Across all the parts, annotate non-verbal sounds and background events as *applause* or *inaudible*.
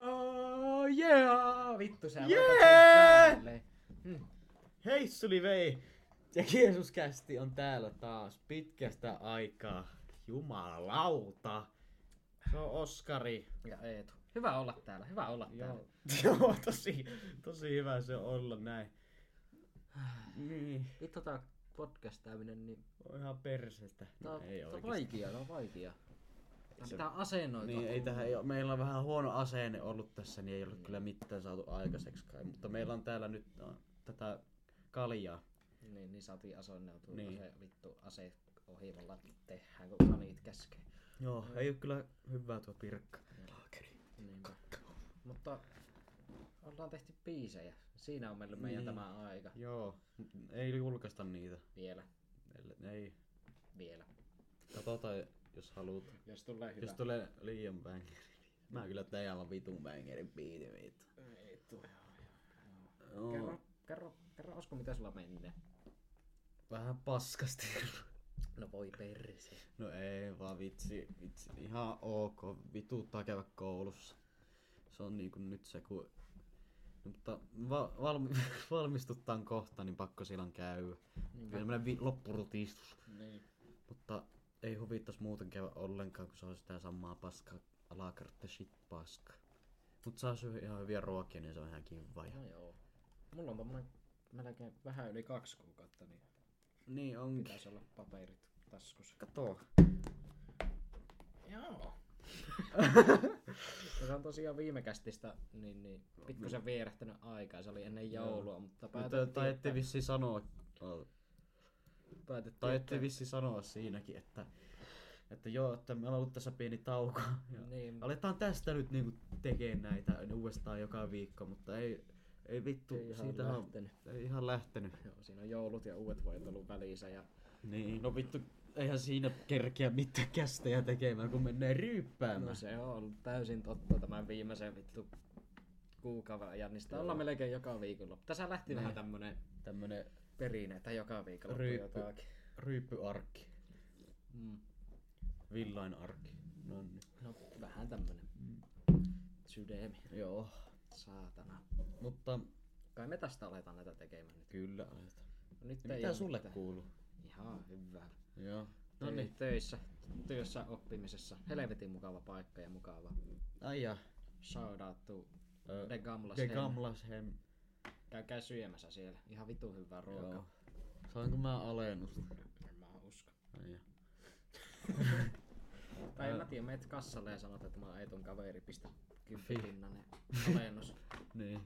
Oh, yeah! Vittu sä Jee! yeah! Hm. Hei Sulivei! Ja Jeesus kästi on täällä taas pitkästä aikaa. Jumalauta! Se on Oskari. Ja Eetu. Hyvä olla täällä, hyvä olla täällä. Joo, *laughs* Joo tosi, tosi hyvä se olla näin. Niin. Vittu tää podcastaaminen, niin On ihan persestä. tää No, on, ei tää on oikeesti. vaikea, tää on vaikea. Tää Se- pitää asennoitua. Niin, ei tähän, ei oo- meillä on vähän huono asenne ollut tässä, niin ei ole kyllä mitään saatu aikaiseksi kai. Mutta meillä on täällä nyt äh, tätä kaljaa. Niin, niin saatiin asennoitua. Niin. Niin. Se vittu ase ohimolla tehdään, kun fanit käskee. Joo, ei ole kyllä hyvää tuo pirkka. Laakeri. Niinpä. Mutta ollaan tehty biisejä. Siinä on meillä meidän Niin. tämä aika. Joo, mut ei julkaista niitä. Vielä, Ei- Ei, vielä. katsotaan jos haluat. Jos tulee Jos tulee liian bängeri. Mä kyllä teen aivan vitun bängerin biitin vittu. Ei tule. Joo, Kerro, kerro, kerro, Osku, mitä sulla menee? Vähän paskasti. No voi perse. No ei vaan vitsi, vitsi. Ihan ok. Vituttaa käydä koulussa. Se on niinku nyt se kun... No, mutta va- valmi- *laughs* valmistuttaan kohta, niin pakko silloin käydä. Kyllä semmonen vi- loppurutistus. Niin. Mutta ei huvittas muuten käydä ollenkaan, kun se on sitä samaa paskaa. Alakartta shit paska. Mut saa syödä ihan hyviä ruokia, niin se on ihan kivaa. Ja... No joo. Mulla on tommonen melkein vähän yli kaksi kuukautta, niin Niin onkin. pitäisi olla paperit taskussa. Kato. *laughs* Joo. se on tosiaan viime kästistä niin, niin, pikkusen vierähtänyt aikaa. Se oli ennen Mm. Joo. joulua, mutta Mutta päätettiin, taitte vissi sanoa, päätettiin, taitte että- vissi sanoa siinäkin, että, että joo, että meillä on ollut tässä pieni tauko. Ja Niin, aletaan tästä nyt niinku tekee näitä uudestaan joka viikko, mutta ei, ei vittu, ei ihan siitä on, lähtenyt. ei ihan lähtenyt. Joo, siinä on joulut ja uudet vuodet ollut välissä ja Niin, no vittu, eihän siinä kerkeä mitään kästejä tekemään, kun menee No ryyppäämään. se on ollut täysin totta tämän viimeisen vittu kuukauden ajan, niin sitä ollaan melkein joka viikonloppu. Tässä lähti Niin. vähän tämmönen Tämmönen perinne, että joka viikonloppu Ryyppy. jotakin. ryyppyarkki, Mm. villainarkki. No niin. No vähän tämmönen sydämi, Mm. Joo, saatana. mutta Kai me tästä aletaan näitä tekemään nyt. kyllä aletaan. No, nyt ei Mitä oo sulle mitään. kuuluu? Ihan hyvä. Joo. No niin. Töissä, työssä oppimisessa. Helvetin mukava paikka ja mukava. Ai ja. Shoutouttu Ö, De Gamlas. De Hen. Gamlas Hem. Käykää syömässä siellä. Ihan vitu hyvää Joo. ruokaa. Saanko mä alennusta? En mä usko. Ai ja. Tai Ää. en mä tiedä, meet kassalle ja sanot, että mä oon Eetun kaveri, pistä Fi. kymppihinnanen *laughs* alennus. Niin.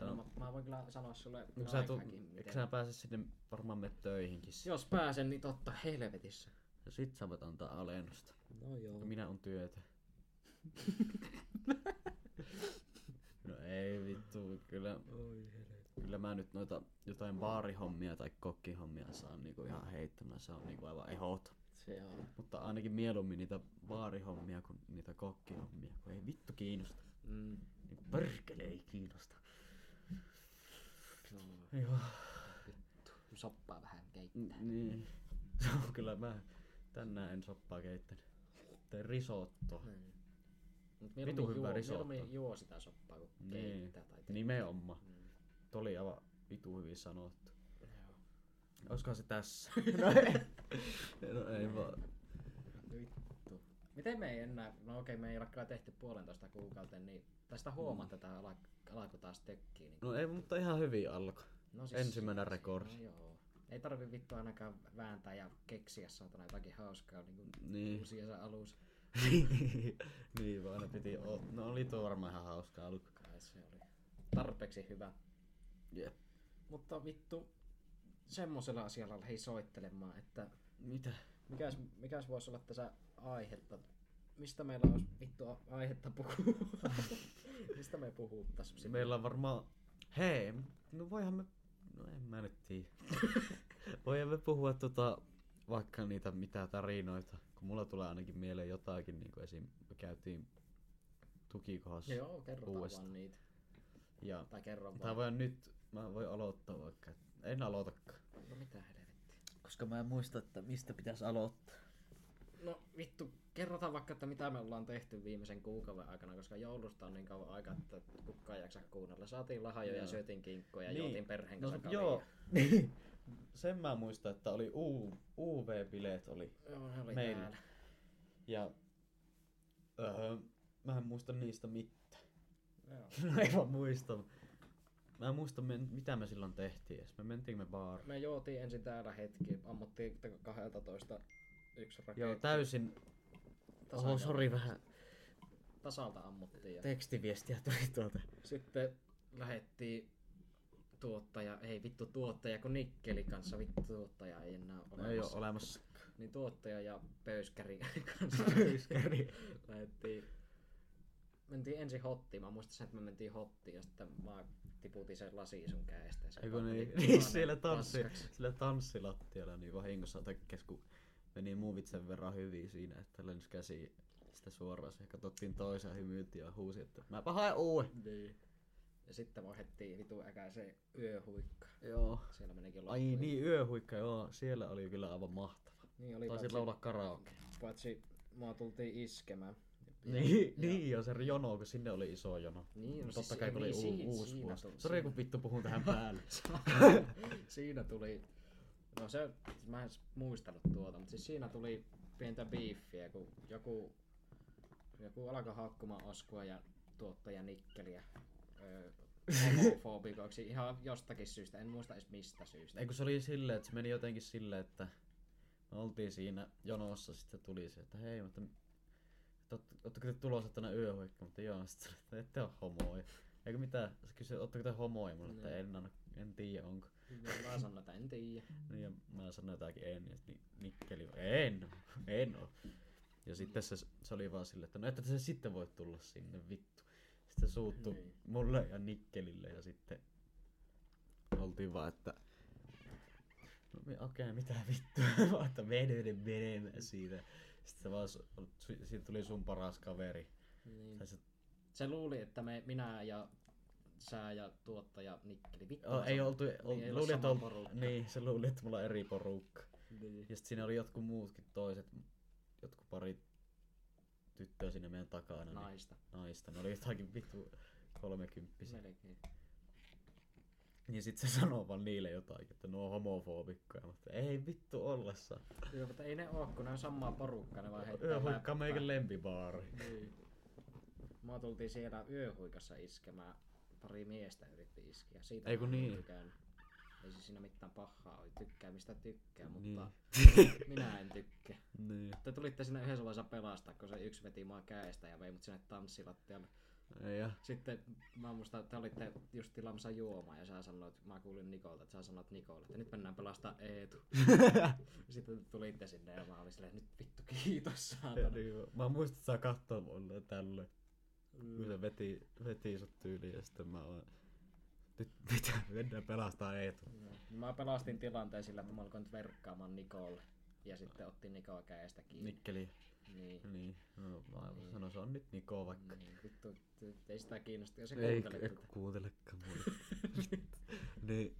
No, No, mä, mä, voin kyllä sanoa sulle no, Kun kyllä sä, tu- aikakin, miten... eikö sä pääse sinne varmaan me töihinkin? Si- Jos pääsen, niin totta helvetissä. ja sit sä voit antaa alennusta. No joo. Ja minä on työtä. no ei vittu, kyllä, Oi helvetti. kyllä mä nyt noita jotain baarihommia tai kokkihommia saan niinku ihan heittämään, se on niinku aivan ehot. Se on. Mutta ainakin mieluummin niitä baarihommia kuin niitä kokkihommia, kun ei vittu kiinnosta. Mm. Niin perkele ei kiinnosta. No, Joo. soppaa vähän keittää. Mm. Niin. *laughs* Se on kyllä mä tänään en soppaa keittänyt. Tai risotto. Mm. Mut Vitu mieluummin hyvää juo, risottoa. mieluummin juo sitä soppaa, kun Niin. keittää tai tekee. Nimenomaan. Mm. Tuo oli aivan vitu hyvin sanottu. Joo. Olisikohan se tässä? *laughs* *laughs* no ei. No ei vaan. Vittu. Miten me ei enää, no okei me ei ole kyllä tehty puolentoista kuukauteen, niin tästä huomaa, että tää ala, alkoi taas tökkii. Niin No ei, mutta ihan hyvin alkoi. No Ensimmäinen rekordi. No joo. Ei tarvi vittu ainakaan vääntää ja keksiä saatana jotakin hauskaa niinku Niin. uusiensa alussa. *laughs* niin vaan ne piti o- No oli tuo varmaan ihan hauska alku. Kai se oli tarpeeksi hyvä. Jep. Mutta vittu, semmoisella asialla lähdin soittelemaan, että Mitä? mikäs, mikäs voisi olla tässä aihetta. Mistä meillä olisi vittu a- aihetta puhua? *laughs* Mistä me puhuttaisiin? Meillä on varmaan... Hei, no voihan me... No en mä nyt *laughs* tiedä. voihan me puhua tota, vaikka niitä mitä tarinoita. Kun mulla tulee ainakin mieleen jotakin, niin kuin esim. me käytiin tukikohdassa. Joo, kerrotaan Uudestaan. vaan niitä. Ja Tai kerro tää vaan. voi nyt, mä voin aloittaa vaikka. En aloitakaan. No mitä helvettiä. Koska mä en muista, että mistä pitäisi aloittaa. No vittu, kerrotaan vaikka, että mitä me ollaan tehty viimeisen kuukauden aikana, koska joulusta on niin kauan aikaa, että kukaan ei jaksa kuunnella. Saatiin lahajoja, Joo. syötiin kinkkoja, Niin. niin. juotiin perheen No kanssa se- no, joo. *laughs* Sen mä muistan, että oli U, UV-bileet oli. joo ne oli Meillä. täällä. Ja öö, mä en muista niistä *laughs* mitään. Joo. No ei vaan muista. Mä en muista, men- mitä me silloin tehtiin edes. Me mentiinkö me baariin? Me juotiin ensin täällä hetki, ammuttiin 12 yksi raketti. Joo, täysin. Oho, sori vähän. Tasalta ammuttiin. Ja... Tekstiviestiä tuli tuolta. Sitten lähettiin tuottaja, ei vittu tuottaja, kun Nikkeli kanssa vittu tuottaja ei enää ole. Ei oo olemassa. Niin tuottaja ja Pöyskäri *laughs* kanssa Pöyskäri. lähettiin. Mentiin ensin hottiin, mä muistan sen, että me mentiin hottiin ja sitten mä tiputin sen lasiin sun käestä. ja se Ei kun pani niin, punainen niin *laughs* siellä, tanssi, paskaksi. siellä tanssilattialla niin vahingossa tökkäs, kun meni muuvit sen verran hyvin siinä, että lens käsi sitä suoraan. Se katsottiin toisen hymyiltiin ja huusi, että mä haen uuden. Niin. Ja sitten vaihdettiin vitu äkäiseen yöhuikkaan. Joo. Siellä menikin Ai loppuun. niin, yöhuikka, joo. Siellä oli kyllä aivan mahtava. niin oli Taisin paitsi- laulaa karaoke. Paitsi mua tultiin iskemään. Niin, *laughs* Ja- niin joo, se jono, kun sinne oli iso jono. Niin, no Totta siis, kai kun oli niin, uu- siin- uusi siinä vuosi. tuli- Sori siinä- kun vittu puhun tähän päälle. *laughs* siinä tuli, no se, mä en s- muistanut tuota, mutta siis siinä tuli pientä biiffiä, kun joku, joku alkoi haukkumaan Oskua ja tuottaja Nikkeliä öö, homofobikoiksi ihan jostakin syystä, en muista edes mistä syystä. Ei kun se oli silleen, että se meni jotenkin silleen, että me oltiin siinä jonossa, sitten tuli se, että hei, mutta että oot- ootteko te tulossa tänne yöhuikkaan, mutta joo, sitten sanoin, että ette ole homoja. Eikö mitään, se kysyi, ootteko te homoja mulle, että Niin. en, anna, en tiedä onko. Ja Mä sanon, että en tiedä. Niin, ja mä sanoin jotakin en, ja sitten Nikkeli, en, oo, en oo. Ja sitten se, se oli vaan silleen, että no että se sitten voi tulla sinne, vittu. Sitten se suuttu Niin. mulle ja Nikkelille, ja sitten oltiin vaan, että no mi- okei, okay, mitä vittua, *laughs* vaan että menemme, menemme siitä. Sitten se vaan, su- su- siitä tuli sun paras kaveri. Niin. Tai se, Se luuli, että me, minä ja sä ja tuottaja Nikkeli. Vittu, o, mä ei sanon. oltu, ol, Niin, ei ei olla luulin, että sama ol, porukka. niin, se luuli, että mulla on eri porukka. Niin. Ja sit siinä oli jotkut muutkin toiset, jotkut pari tyttöä siinä meidän takana, niin Naista. naista. Ne oli jotakin vitu kolmekymppisiä. Melkein. Niin sit se sanoo vaan niille jotakin, että ne on homofobikkoja, mutta ei vittu ollessa. Joo, mutta ei ne oo, kun ne on samaa porukkaa, ne vaan heittää Yöhuikka läppää. meikän lempibaari. Niin. Mua tultiin siellä yöhuikassa iskemään. Pari miestä yritti iskiä. Siitä Ei kun mä en niin. Tykään. Ei siis siinä mitään pahaa ole. Tykkää mistä tykkää, Niin. mutta *laughs* minä en tykkää. niin. Te tulitte sinne yhdessä vaiheessa pelastaa, kun se yksi veti mua käestä ja vei mut sinne tanssilattialle. *laughs* Ja. Sitten mä muistan, että te olitte just tilaamassa juomaa ja sä sanoit, mä kuulin Nikolta, että sä sanoit Nikolle, että nyt mennään pelastaa Eetu. Sitten te tulitte sinne ja mä olin silleen, nyt vittu kiitos saatana. Niin, mä muistan, että sä katsoit mulle tälle. Kun se veti, veti sut tyyliin ja sitten mä oon... Nyt mitä? Mennään pelastaa Eetu. No, Mä pelastin tilanteen sillä, että mä alkoin nyt verkkaamaan Nikolle. Ja sitten otti Nikoa käestä kiinni. Nikkeli. Niin. Niin. No, mä Niin. sanoin, se on nyt Niko vaikka. niin. Vittu, t- ei sitä kiinnosta. Ja se Ei, kuuntelee ei tätä. kuuntelekaan mulle. *laughs* niin,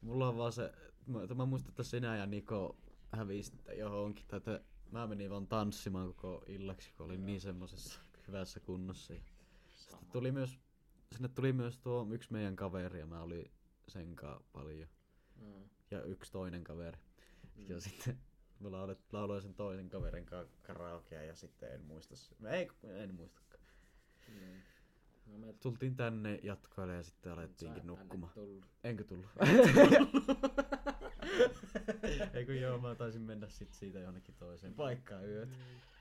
mulla on vaan se, mä, että mä muistan, että sinä ja Niko hävisitte johonkin. Tätä, mä menin vaan tanssimaan koko illaksi, kun olin niin semmosessa hyvässä kunnossa. Ja Sama. tuli myös, sinne tuli myös tuo yksi meidän kaveri ja mä olin senkaan paljon. Mm. Ja yksi toinen kaveri. Ja Mm. sitten mä laulet, lauloin sen toisen kaverin kanssa karaokea ja sitten en muista. se- Ei, kun- en muistakaan. Niin. No me Tultiin tänne jatkoille ja sitten sä et alettiinkin tänne nukkumaan. tullut. Enkö tullut? *laughs* Ei kun joo, mä taisin mennä sit siitä jonnekin toiseen paikkaan yöt.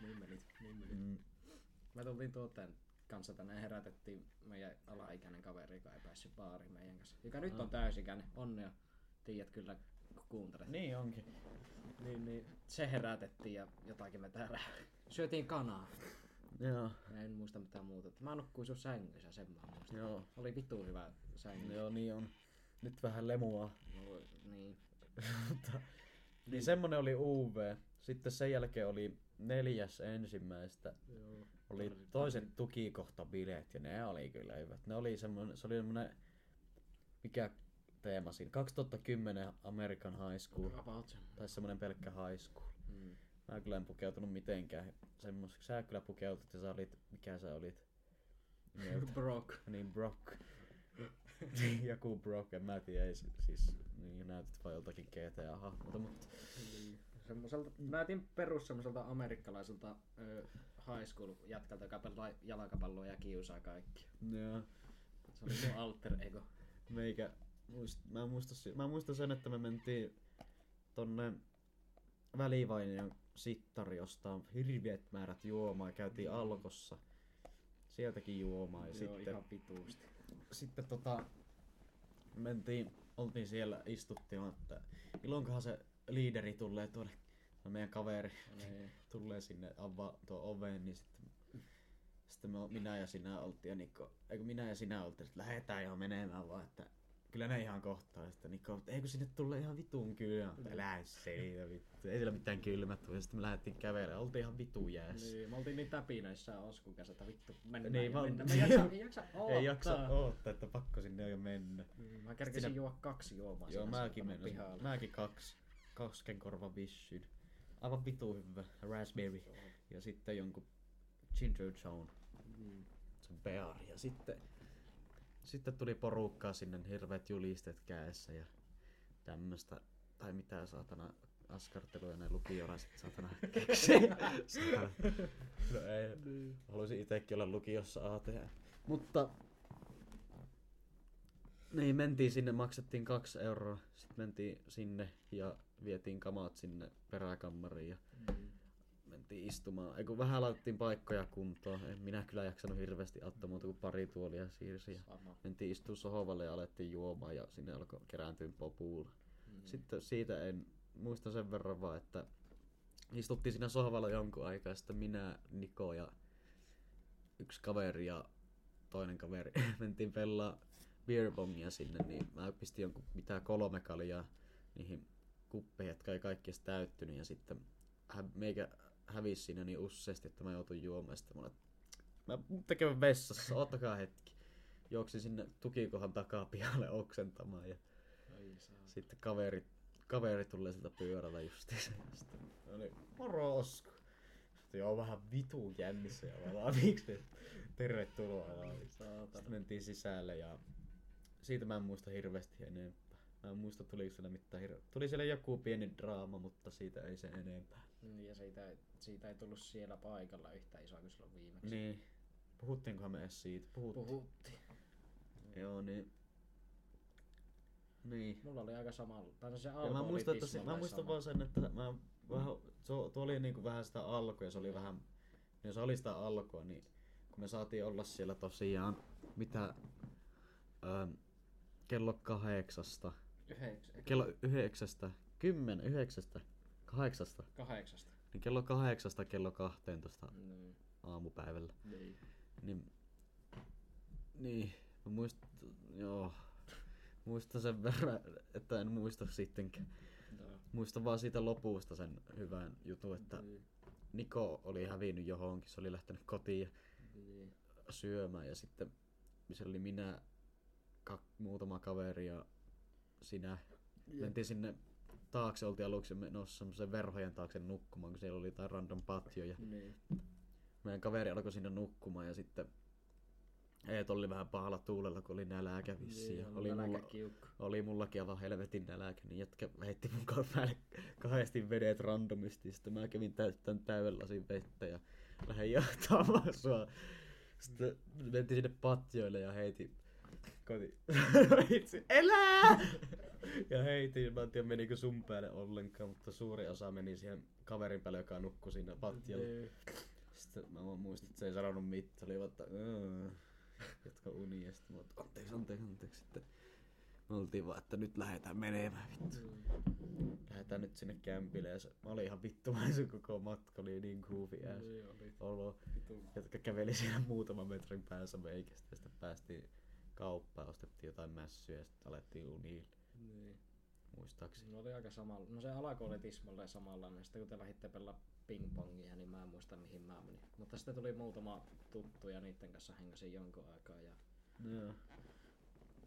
Niin menit, niin menit. Mm. Me tultiin tuotteen kanssa tänne herätettiin meidän alaikäinen kaveri, joka ei päässyt baariin meidän kanssa. Joka nyt on Ah. täysikäinen, onnea. Tiedät kyllä, kun kuuntelet. Niin onkin. Niin, niin. Se herätettiin ja jotakin me täällä syötiin kanaa. Joo, Mä en muista mitään muuta. Mä nukkuin sun sängyssä, sen mä muistan. joo. Oli vitu hyvä sängy. Joo, niin on. Nyt vähän lemua. *laughs* No, niin. Mutta- niin semmonen oli UV. Sitten sen jälkeen oli neljäs ensimmäistä. Joo. Oli toiset tukikohtabileet ja ne oli kyllä hyvät. Ne oli semmonen, se oli semmonen, mikä teema siinä, 2010 American High School. About sen. Tai semmonen pelkkä high school. Mm. Mä kyllä en pukeutunut mitenkään semmoiseksi. Sä kyllä pukeutut ja sä olit, mikä sä olit? *laughs* Nimeltä. Brock. Niin Brock. *laughs* Joku Brock, en mä tiedä, ei, si- siis niin näytit vaan joltakin GTA-hahmolta, mutta Niin. Semmoselta, näytin perus semmoselta amerikkalaiselta ö, high school jätkältä, joka pelaa jalkapalloa ja kiusaa kaikki. joo. Se oli mun alter *laughs* ego. Meikä, muist, mä, muistan, mä muistan sen, että me mentiin tonne välivainion sittari ostaa hirveät määrät juomaa ja käytiin alkossa. Sieltäkin juomaa ja Joo, sitten, ihan pituusti. sitten tota, mentiin, oltiin siellä, istuttiin, mä että milloinkohan se liideri tulee tuonne, tai meidän kaveri Niin. tulee sinne, avaa tuo oven, niin sitten sitten me, minä ja sinä oltiin ja Nikko, eikö minä ja sinä oltiin, että lähetään ihan menemään vaan, että kyllä ne ihan kohtaa. Ja Sitten Nikko, että eikö sinne tule ihan vitun kylmä, mutta älä selitä vittu, ei siellä mitään kylmä tule. Ja sitten me lähdettiin kävelemään, oltiin ihan vitun jäässä. Niin, me oltiin niin täpinöissä Oskun kanssa, että vittu, mennään Niin, niin, vaan- ja mennään. Me ei jaksa, ei jaksa odottaa. *laughs* Ei jaksa oottaa, että pakko sinne on jo mennä. Niin, Mä kerkesin Siinä- juo kaksi juomaa. Joo, siinä mäkin saatanan mennä. Pihalle. Mäkin kaksi. Kaskenkorva vissyn. Aivan vitu hyvä. Raspberry. Joo. Ja sitten jonkun Ginger Jones. *laughs* Mm. se Bear. Ja sitten, sitten tuli porukkaa sinne, hirveät julisteet kädessä ja tämmöstä, tai mitä saatana askarteluja ne lukiolaiset saatana *laughs* keksi. Saatana. no ei, Mm. haluaisin itsekin olla lukiossa ATM. Mutta niin, mentiin sinne, maksettiin kaksi euroa, sitten mentiin sinne ja vietiin kamat sinne peräkammariin ja Mm. mentiin istumaan. Eiku vähän laitettiin paikkoja kuntoon. En minä kyllä jaksanut hirveästi ottaa muuta kuin pari tuolia siirsi. Ja Sama. mentiin istumaan sohvalle ja alettiin juomaan ja sinne alkoi kerääntyä popuulla. Mm. Sitten siitä en muista sen verran vaan, että istuttiin siinä sohvalla jonkun aikaa. Sitten minä, Niko ja yksi kaveri ja toinen kaveri *laughs* mentiin pelaa beerbongia sinne, niin mä pistin jonkun mitä kolme kaljaa niihin kuppeihin, jotka ei kaikki edes täyttynyt, ja sitten hä- meikä hävisi siinä niin useasti, että mä joutuin juomaan, ja sitten mä olin, mä mun tekevän vessassa, ottakaa hetki. Juoksin sinne tukikohan takapihalle oksentamaan, ja Ai saa. sitten kaveri, kaveri tulee siltä pyörällä justiinsa. ja Sitten oli moro Osku. Sitten joo vähän vitu jännissä ja vaan miksi tervetuloa vaan. Sitten Saatana. mentiin sisälle ja siitä mä en muista hirveästi enempää. Mä en muista tuliko siellä mitään hirveä. Tuli siellä joku pieni draama, mutta siitä ei se enempää. Niin, Ja siitä, ei- siitä ei tullut siellä paikalla yhtä isoa kuin silloin viimeksi. Niin. Puhuttiinkohan me edes siitä? Puhuttiin. Puhu. Puhuttiin. Joo niin. Niin. Mulla oli aika sama, tai no se Ja alku mä oli muistan, että se, tismalleen mä muistan sama. vaan sen, että mä vähän, se, tuo oli niinku vähän sitä alkua ja se oli vähän, niin se oli sitä alkua, niin kun me saatiin olla siellä tosiaan, mitä, ähm, kello kahdeksasta, Yhdeks- eikö? kello yhdeksästä, kymmen, yhdeksästä, kahdeksasta, Kahdeksasta. niin kello kahdeksasta kello 12 Niin. aamupäivällä, Niin. niin, niin, mä muist, joo, muistan sen verran, että en muista sittenkään. Muistan vaan siitä lopusta sen hyvän jutun, että Niin. Niko oli hävinnyt johonkin, se oli lähtenyt kotiin ja Niin. syömään ja sitten se oli minä, ka- muutama kaveri ja sinä. Mentiin sinne taakse, oltiin aluksi menossa semmoisen verhojen taakse nukkumaan, kun siellä oli jotain random patjoja. Niin. Meidän kaveri alkoi sinne nukkumaan ja sitten Eet oli vähän pahalla tuulella, kun oli nälkä vissiin. ja Niin, oli nälkä mulla, kiukku. oli mullakin aivan helvetin nälkä, niin jätkä heitti mun ka- päälle kahdesti vedet randomisti. Sitten mä kävin täyttämään täyden lasin vettä ja lähdin johtaamaan sua. Sitten mentiin sinne patjoille ja heitin koti. *laughs* Vitsi, elää! ja heitin, mä en tiedä menikö sun päälle ollenkaan, mutta suuri osa meni siihen kaverin päälle, joka nukkui siinä patjalla. Niin. Sitten mä vaan muistin, että se ei sanonut mitään. Se oli vaan, että "Öö", jatka unia. Ja Sitten mä oon, että anteeksi, anteeksi, anteeksi. Sitten me oltiin vaan, että nyt lähdetään menemään vittu. Lähdetään nyt sinne kämpille. Ja se, mä olin ihan vittumaisen koko matka. Oli niin goofy ass Niin oli. olo. Vitu. Jotka käveli siinä muutaman metrin päässä meikästä. Ja sitten päästiin kauppaan, ostettiin jotain mässyä ja sitten alettiin unille. Niin. Muistaakseni. No oli aika samalla. No se alku oli tismalleen samanlainen. Sitten kun te lähditte pelaa pingpongia, niin mä en muista mihin mä menin. Mutta sitten tuli muutama tuttu ja niiden kanssa hengasin jonkun aikaa. Ja Joo.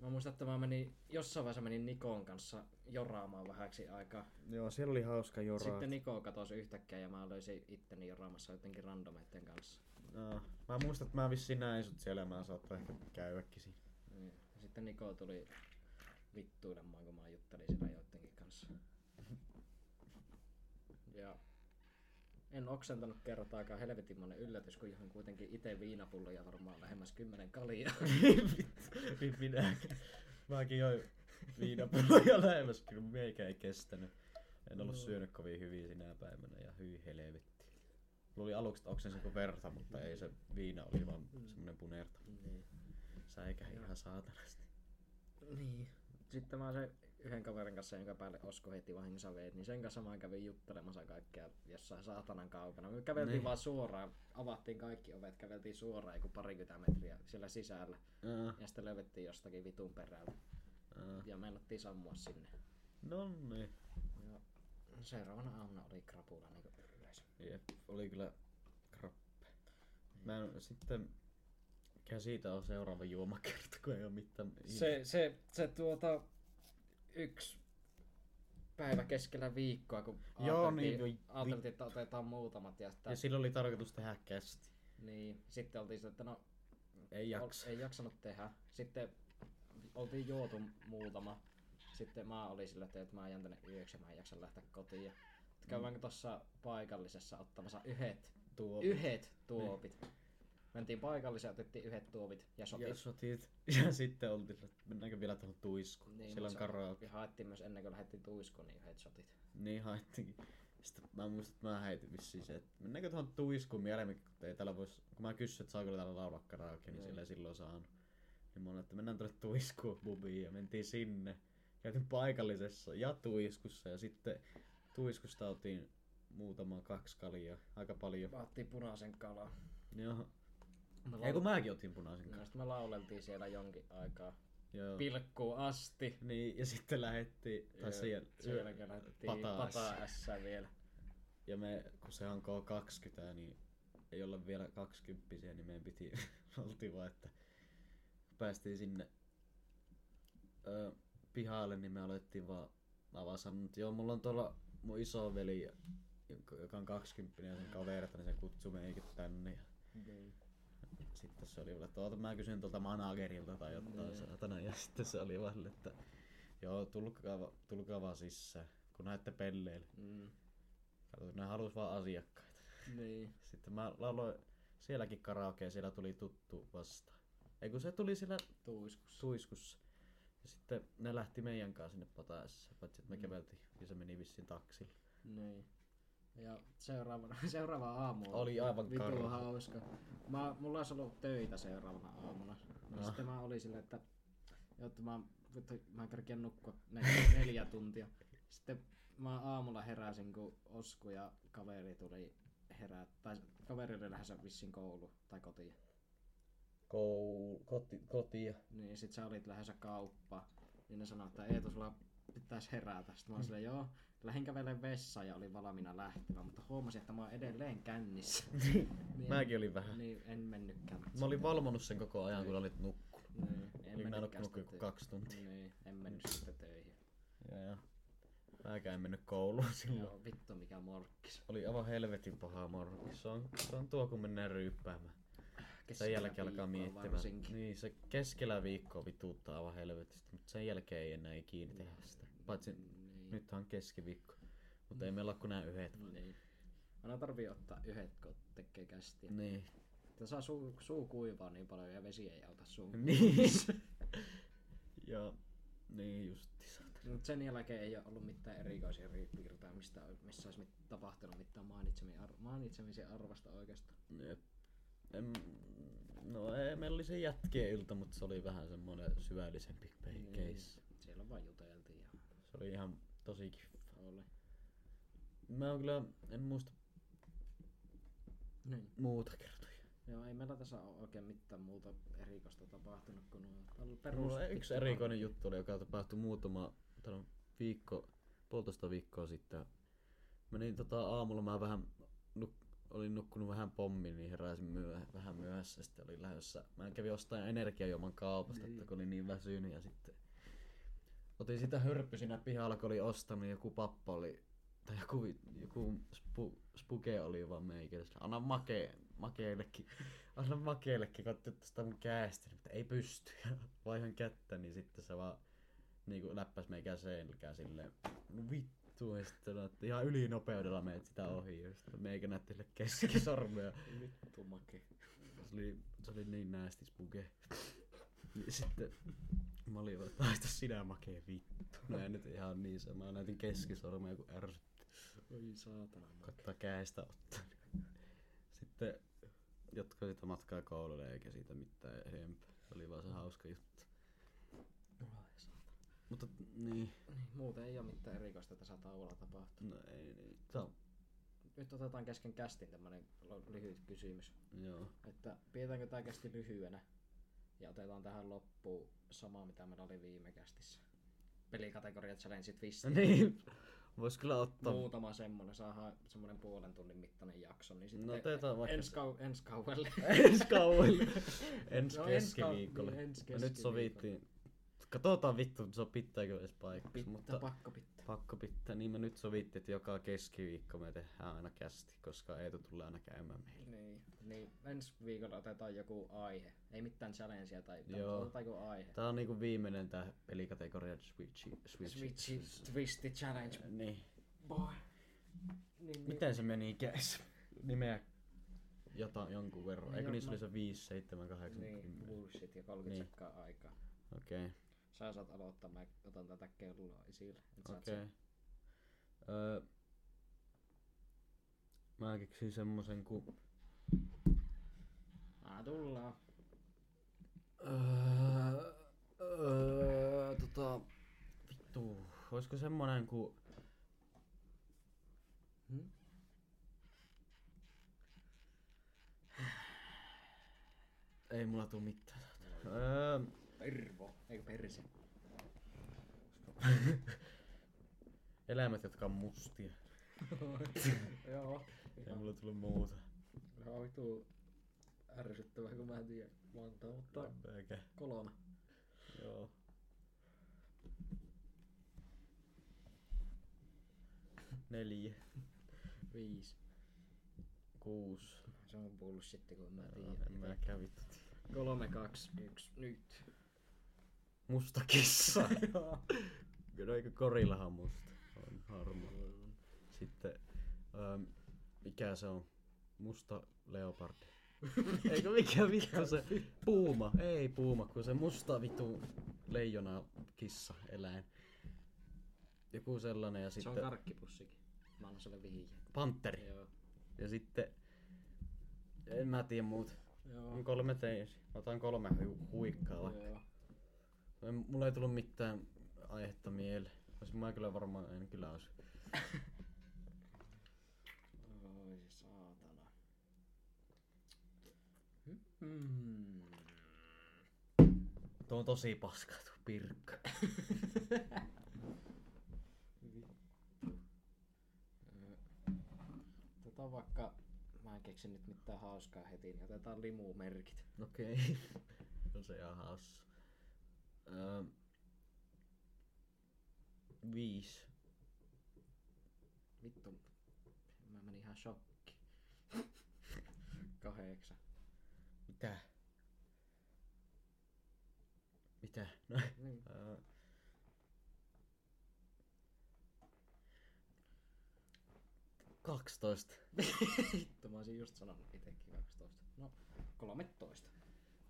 Mä muistan, että mä menin, jossain vaiheessa menin Nikon kanssa joraamaan vähäksi aikaa. Joo, siellä oli hauska joraa. Sitten niin- Niko katosi yhtäkkiä ja mä löysin itteni joraamassa jotenkin randomeiden kanssa. Joo. Mä muistan, että mä vissiin näin sut siellä ja mä saattaa ehkä käydäkin siinä. Niin. Sitten Niko tuli vittuilemaan, kun mä juttelin siellä joidenkin kanssa. *laughs* Ja en oksentanut kertaakaan helvetinmoinen yllätys, kun ihan kuitenkin itse viinapulloja varmaan lähemmäs kymmenen *laughs* kaljaa. Niin minä. Mäkin join viinapulloja lähemmäs, kun meikä ei kestänyt. En ollut Joo. syönyt kovin hyvin sinä päivänä ja hyi helvetti. Luulin aluksi, että oksensin kuin verta, mutta ei se viina oli vaan Mm. semmonen punerta. niin. Säikä Joo. ihan saatanasti. niin. Sitten mä se yhden kaverin kanssa, jonka päälle Osko heti vahingossa veit, niin sen kanssa mä kävin juttelemassa kaikkea jossain saatanan kaukana. Me käveltiin Niin. vaan suoraan, avattiin kaikki ovet, käveltiin suoraan joku parikymmentä metriä siellä sisällä. Äh, Ja sitten löydettiin jostakin vitun perältä äh. ja meinattiin sammua sinne. No niin. Ja seuraavana aamuna oli krapula niinku yleisö. Jep, oli kyllä krappe. Mä en, sitten käsitä on seuraava juomakerta, kun ei oo mitään. Se, se, se tuota yksi päivä keskellä viikkoa, kun Joo, ajateltiin, niin, voi vi- ajateltiin, että otetaan muutamat ja, sitä, Ja sillä oli tarkoitus tehdä kästi. niin, sitten oltiin sitä, että no Ei jaksa. Ol, ei jaksanut tehdä. Sitten oltiin juotu muutama. Sitten mä olin sillä, että että mä jään tänne yöksi ja mä en jaksa lähteä kotiin. Ja Käydäänkö Mm. tuossa paikallisessa ottamassa yhdet, Tuo. yhdet Niin. tuopit. Mentiin paikalliseen, otettiin yhdet tuopit ja sotit. Ja sotit. *laughs* Ja sitten oltiin, sillä, että mennäänkö vielä tuohon tuiskuun. Niin, Niin, Siellä on se- karaoke. Ja haettiin myös ennen kuin lähdettiin tuiskuun, niin yhdet sotit. Niin haettiinkin. Sitten mä muistan, että mä heitin vissiin se, että mennäänkö tuohon tuiskuun mielemmin, kun ei täällä vois, kun mä kysyin, että saako täällä laulaa karaoke, niin Niin. sillä ei silloin saanut. Niin mä olin, että mennään tuonne tuiskuun bubiin ja mentiin sinne. Käytiin paikallisessa ja tuiskussa ja sitten tuiskusta otin muutama kaksi kaljaa, aika paljon. Vaattiin punaisen kalaa. Joo. Me Ei kun laul- mäkin otin punaisen No, kanssa. sitten me lauleltiin siellä jonkin aikaa. Joo. Pilkkuun asti. Niin, ja sitten lähettiin, tai siellä, sen jälkeen lähdettiin pataa pataa vielä. ja me, kun se on K20, niin ei olla vielä 20 niin meidän piti, *laughs* oltiin vaan, että kun päästiin sinne ö, pihalle, niin me aloittiin vaan, mä vaan sanoin, että joo, mulla on tuolla mun isoveli, joka- joka on 20 ja sen kaverta, niin se kutsui meidät tänne. Ja Niin. sitten se oli vaan, että oota mä kysyn tuolta managerilta tai jotain Niin. saatana. Ja sitten se oli vaan, että joo, tulkaa, va- tulkaa vaan sisään, kun näette pelleille. Mm. Kato, ne halus vaan asiakkaita. Niin. Sitten mä lauloin sielläkin karaokea, siellä tuli tuttu vastaan. Ei kun se tuli siellä Tuiskussa. tuiskussa. Ja sitten ne lähti meidän kanssa sinne pataessa, paitsi että me Mm. käveltiin ja se meni vissiin taksilla. Niin. Ja seuraavana, *laughs* seuraava aamu Oli aivan vitu karhu. hauska. Mä, mulla olisi ollut töitä seuraavana aamuna. Ja Ah. sitten mä olin silleen, että, jotta mä, vittu, mä en kerkeä nukkua *laughs* nel- neljä tuntia. Sitten mä aamulla heräsin, kun Osku ja kaveri tuli herää, tai kaveri oli lähdössä vissiin koulu tai kotiin. Koulu, koti, kotia. Niin sit sä olit lähdössä kauppaan. Niin ne sanoi, että Eetu sulla pitäisi herätä. Sitten mä olin silleen, joo. Lähin kävelemään vessaan ja olin valmiina lähtemään, mutta huomasin, että mä oon edelleen *laughs* kännissä. niin, Mäkin olin vähän. Niin, en mennytkään. Mä olin valvonnut sen koko ajan, kun olit nukkunut. Niin, en Niin, mä en mennytkään nukkunut sitten kuin kaksi tuntia. töihin. Niin, en mennyt sitten töihin. Ja, ja. Mäkään en mennyt kouluun *laughs* silloin. Joo, vittu mikä morkkis. Oli aivan helvetin paha morkki. Se on, se on tuo, kun mennään ryyppäämään. Keskellä Sen jälkeen viikkoa alkaa miettimään. varsinkin. Niin, se keskellä viikkoa vituuttaa aivan helvetisti, mutta sen jälkeen ei enää kiinni tehdä sitä. Paitsi Niin. nythän on keskiviikko, mutta ei meillä ole kuin nämä yhdet. Niin. Aina tarvii ottaa yhdet, kun tekee kästiä. Niin. *laughs* Että saa suu, suu kuivaa niin paljon ja vesi ei auta suun Niin. *laughs* ja niin justiinsa. Mut sen jälkeen ei ole ollut mitään erikoisia riippiirtoja, mistä, ol- missä olisi mit, tapahtunut mitään mainitsemi- ar- mainitsemisen arvosta oikeastaan. Jep. En, no ei, meillä oli se jätkien ilta, mutta se oli vähän semmoinen syvällisempi Niin. case. Siellä vaan juteltiin ja Se oli ihan tosi kiva. oli. Mä oon kyllä, en muista Niin. muuta kertoja. Joo, ei meillä tässä ole oikein mitään muuta erikoista tapahtunut kuin nuo Mulla perus... on yksi erikoinen juttu oli, joka tapahtui muutama tai no, viikko, puolitoista viikkoa sitten. Menin tota aamulla, mä vähän nuk- olin nukkunut vähän pommiin, niin heräsin myöhä, vähän myöhässä. Sitten olin lähdössä. Mä kävin ostamaan energiajuoman kaupasta, että kun olin niin väsynyt. Ja sitten otin sitä hörppy siinä pihalla, kun olin ostanut. Joku pappa oli, tai joku, joku spu, spuke oli vaan meikäläisellä. Anna make, makeellekin. *laughs* Anna makeellekin, kun otti tästä mun käestä. Mutta ei pysty. *laughs* Ja vaihan kättä, niin sitten se vaan niinku läppäs meikään selkää silleen. No vittu, ja sitten sanoi, että ihan ylinopeudella meet sitä ohi, ja sitten meikä näytti sille keskisormea. Vittu make. Se oli, se oli niin näästi spuke. Niin sitten mä olin vaan, että haista sinä makee vittu. No ei nyt ihan niin se, mä näytin keskisormea kun ärsytti. Oi saatana make. Kattaa käestä ottaa. Sitten jatko sitä matkaa koululle eikä siitä mitään enempää. Se oli vaan se hauska juttu. Mutta niin, Niin, muuten ei ole mitään erikoista tässä tauolla tapahtunut. no ei niin. Se on, Nyt otetaan kesken kästin tämmönen lo- lyhyt kysymys. joo. *laughs* Että pidetäänkö tää kästi lyhyenä? Ja otetaan tähän loppuun sama mitä meillä oli viime kästissä. Pelikategoria challenge twist. Niin. Vois kyllä ottaa. Muutama semmonen, saadaan semmonen puolen tunnin mittainen jakso, niin sitten No otetaan vaikka ensi, kau- ensi kauelle. *laughs* ensi kauelle. ensi No, ensi kau- keskiviikolle. niin, ensi Ja nyt keskiviikolle. sovittiin. Katsotaan vittu, se pitääkö edes paikkaa. Pitää, Mutta pakko pitää. pakko pitää. Niin me nyt sovittiin, että joka keskiviikko me tehdään aina kästi, koska Eetu tulee aina käymään meillä. Niin, niin ensi viikolla otetaan joku aihe. Ei mitään challengea tai mitään, Joo. mutta otetaan joku aihe. Tää on niinku viimeinen tää pelikategoria Switchi. Switchi. Switchi, twisti, challenge, Niin. boy. Niin, Miten se meni ikäis? Nimeä jota jonkun verran. Niin, Eikö joo, niissä mä- oli se 5, 7, 8, Niin, 10? bullshit ja 30 Niin. sekkaa aikaa. Okei. Sä saat aloittaa, mä otan tätä kelloa esille. Et saat Okei. sen- Okay. Öö, mä keksin semmosen ku... Aa, tullaan. Öö, öö, tota... Vittu. Olisiko semmonen ku... Hmm? Ei mulla tuu mitään. Öö, Pervo. Eikö perse? eläimet, jotka on mustia. *laughs* Joo. Ei mulla tullut muuta. Ihan vitu ärsyttävää, kun mä en tiedä monta, mutta Eikä. kolme. Joo. Neljä. Viisi. Kuusi. Se on bullshit, kun mä Joo, en tiedän. mäkään vittu. Kolme, kaksi, yksi, nyt. Musta *laughs* kissa. no eikö korillahan on musta? On harmaa. Sitten, ähm, mikä se on? Musta *laughs* leopardi. Eikö mikä vittu se? Puuma. Ei puuma, kun se musta vittu leijona kissa eläin. Joku sellainen ja Se sitten on karkkipussikin. Mä annan sille vihje. panteri. Joo. Ja sitten, en mä tiedä muut. On Joo. kolme teisi. Mä otan kolme hu- huikkaa vaikka. Joo. En, mulla ei tullut mitään aihetta mieleen. Olisin mä kyllä varmaan, en kyllä olisi. Oi saatana. Mm. Tuo on tosi paska tuo pirkka. Otetaan Öö, tota vaikka, mä en keksi nyt mitään hauskaa heti, niin otetaan limumerkit. Okei. *laughs* Okay. on se ihan hassu. Öö, viis. Vittu, mä menin ihan shokki. *laughs* Kahdeksan. Mitä? Mitä? No, Niin. öö, kaksitoista. Vittu, mä olisin just sanonut itekin 12. No, 13.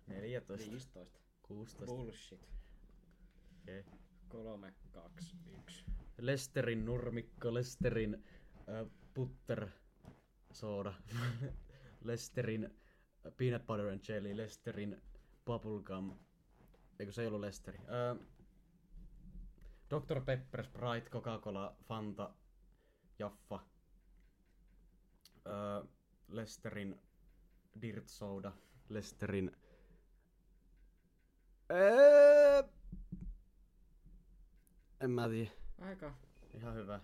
Neljätoista. 15. Kuustoista. Bullshit. Okei. Okay. 3, 2, 1. Lesterin nurmikko, Lesterin äh, putter sooda, *laughs* Lesterin äh, peanut butter and jelly, Lesterin bubblegum. Eikö se ei ollut Lesteri? Äh, Dr. Pepper, Sprite, Coca-Cola, Fanta, Jaffa. Äh, Lesterin dirt soda, Lesterin... Öö... En mä tiedä. Aika. Ihan hyvä.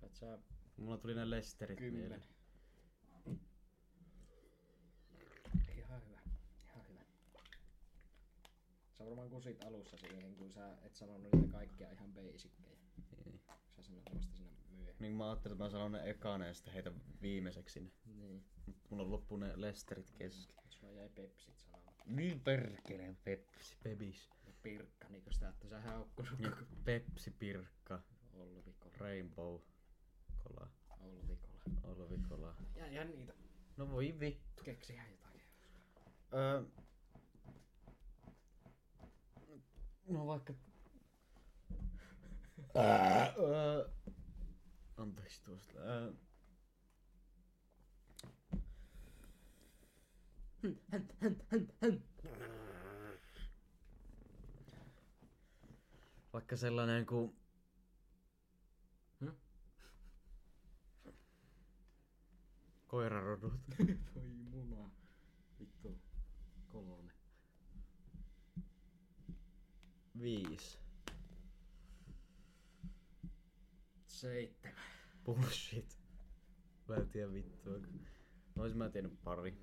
Sä et saa Mulla tuli ne lesterit 10. mieleen. Sä varmaan kusit alussa siihen, kun sä et sanonut niitä kaikkia ihan basickejä. Niin. Sä sanoit vasta sinne myöhemmin. Niin mä ajattelin, että mä sanon ne ekana ja sitten heitä viimeiseksi sinne. Niin. Mut mulla on loppu ne lesterit kesken. Sulla jäi pepsit sanomatta. Niin perkeleen pepsi, Niin. pebis. Ja pirkka, niin kun sitä että sä haukkunut Ja koko pepsi, pirkka, Olvikola. rainbow, kola, Olvikola. olvikola. Ja, ja niitä. No voi vittu. Keksihän jotakin. Öö, no vaikka... öö, anteeksi tuosta. Öö, vaikka sellainen kuin... Hmm? Koirarodut. Voi muna. Vittu. Kolme. Viis. Seitsemän. Bullshit. Mä en tiedä vittua. No ois mä tiennyt pari.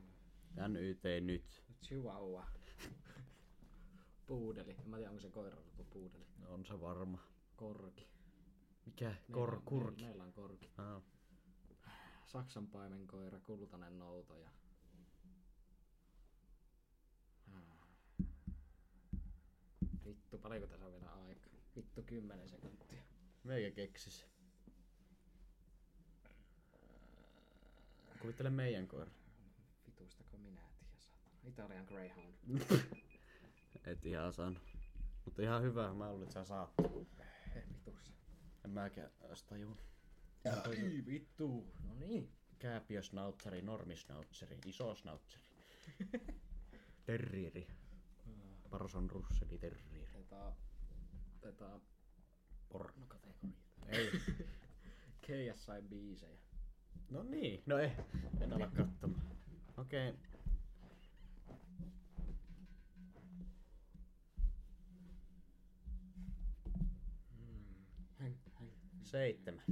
NYT nyt. Chihuahua. Puudeli. En mä tiedä, onko se koira mutta puudeli. No On se varma. Korki. Mikä? Meillä Kor, on- kurki. Meillä on korki. Ah, Saksan paimenkoira, kultainen nouto ja... Ah. Vittu, paljonko tässä on vielä aikaa? Vittu, kymmenen sekuntia. meikä keksis. Kuvittele meidän koira. Vitustako minä tiedän, satana. Italian Greyhound. Mm. Et ihan saanut. Mutta ihan hyvä, mä luulen, että sä saat. Eh, vitussa. En mäkään edes tajua. Ai, vittu. No niin. Kääpiösnautseri, normisnautseri, *laughs* isosnautseri. Terrieri. Parson russeli terrieri. Tätä... Tätä... no Porno. Pornokategoria. Ei. *laughs* KSI biisejä. No niin, no ei, en ala katsomaan. Okei. Okay. Mm. Seitsemän.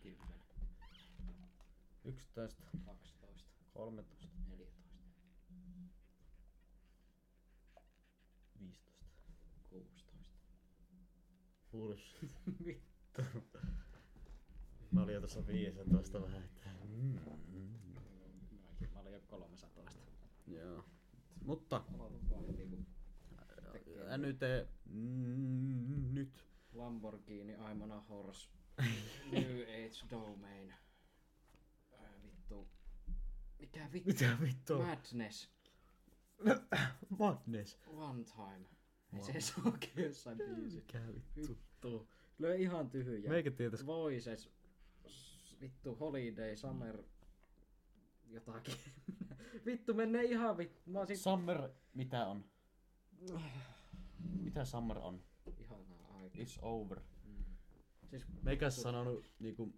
Kymmenen. Yksitoista. 12. Kolmetoista. 14. Viisitoista. 16. Puls. Vittu. Mä olin jo tossa viisitoista vähän, että... Mm. Mäkin, mä olin jo 13. Joo. Mutta, Aloitan vaan niinku ää, nyt, ei- mm, nyt. Lamborghini, I'm on a *laughs* horse. New Age Domain. Ää, vittu. Mikä vittu? Mitä vittua? Madness. Madness. One time. Ei One se soki jossain biisi. Mikä vittu? Vittu. Löi ihan tyhjä. Meikä tietäis Voices. s- Vittu Holiday Summer. Jotakin. *laughs* vittu menee ihan vittu. Mä oon sit... Summer, mitä on? Mitä Summer on? Ihanaa aika. It's over. Siis Meikä sanonut niinku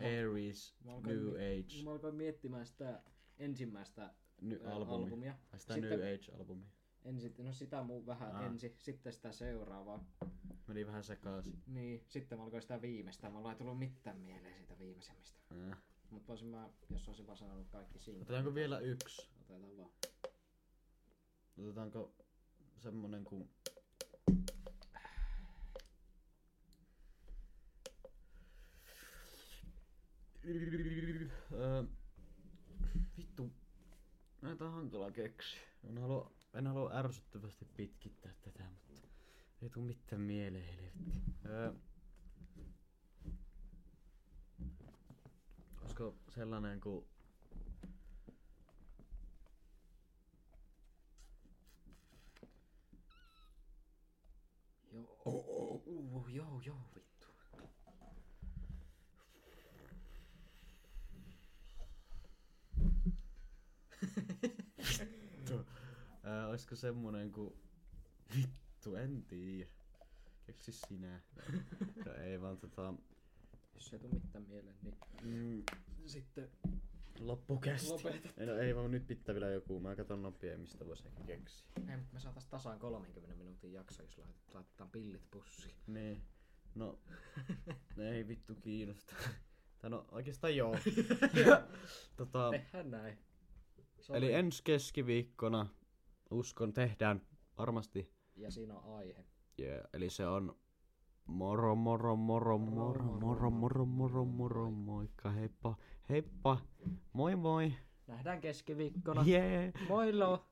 Aries, Mä alkoin New mi- Age, Mä alkoin miettimään sitä ensimmäistä ny- ö, albumi. albumia. Ai sitä Sitten- New Age-albumi. Ensin, no sitä muu vähän Aa. ensi, sitten sitä seuraavaa. Meni vähän sekaisin. Niin, sitten mä alkoin sitä viimeistä. Mulla ei tullut mitään mieleen siitä viimeisemmistä. Äh. Mut voisin mä, jos olisin vaan sanonut kaikki siinä. Otetaanko vielä yksi? Otetaan vaan. Otetaanko semmonen kuin... Öö, vittu. Näitä on hankala keksiä. En halua, en halua ärsyttävästi pitkittää tätä, mutta ei tuu mitään mieleen helvetti. Öö, olisiko sellainen kuin Joo, oh, oh, uh, joo, joo, vittu. *laughs* Ää, olisiko semmonen ku... *laughs* Vittu, en tiedä. Keksi sinä. no ei vaan tota... Jos ei tule mitään mieleen, niin Mm, sitten loppukästi. Lopeta. Ei, no ei vaan nyt pitää vielä joku. Mä katson nopea, mistä voisi ehkä keksiä. Ei, mut me saatais tasaan 30 minuutin jakso, jos lait- laitetaan pillit *laughs* pussiin. Niin. No... ei vittu *laughs* kiinnosta. Tai no oikeastaan joo. tota... Tehdään näin. Sori. Eli ensi keskiviikkona uskon tehdään varmasti. Ja siinä on aihe. Yeah. Eli se on moro moro moro moro moro moro moro moro moikka heippa heippa moi moi Nähdään keskiviikkona. jee yeah. Moilo!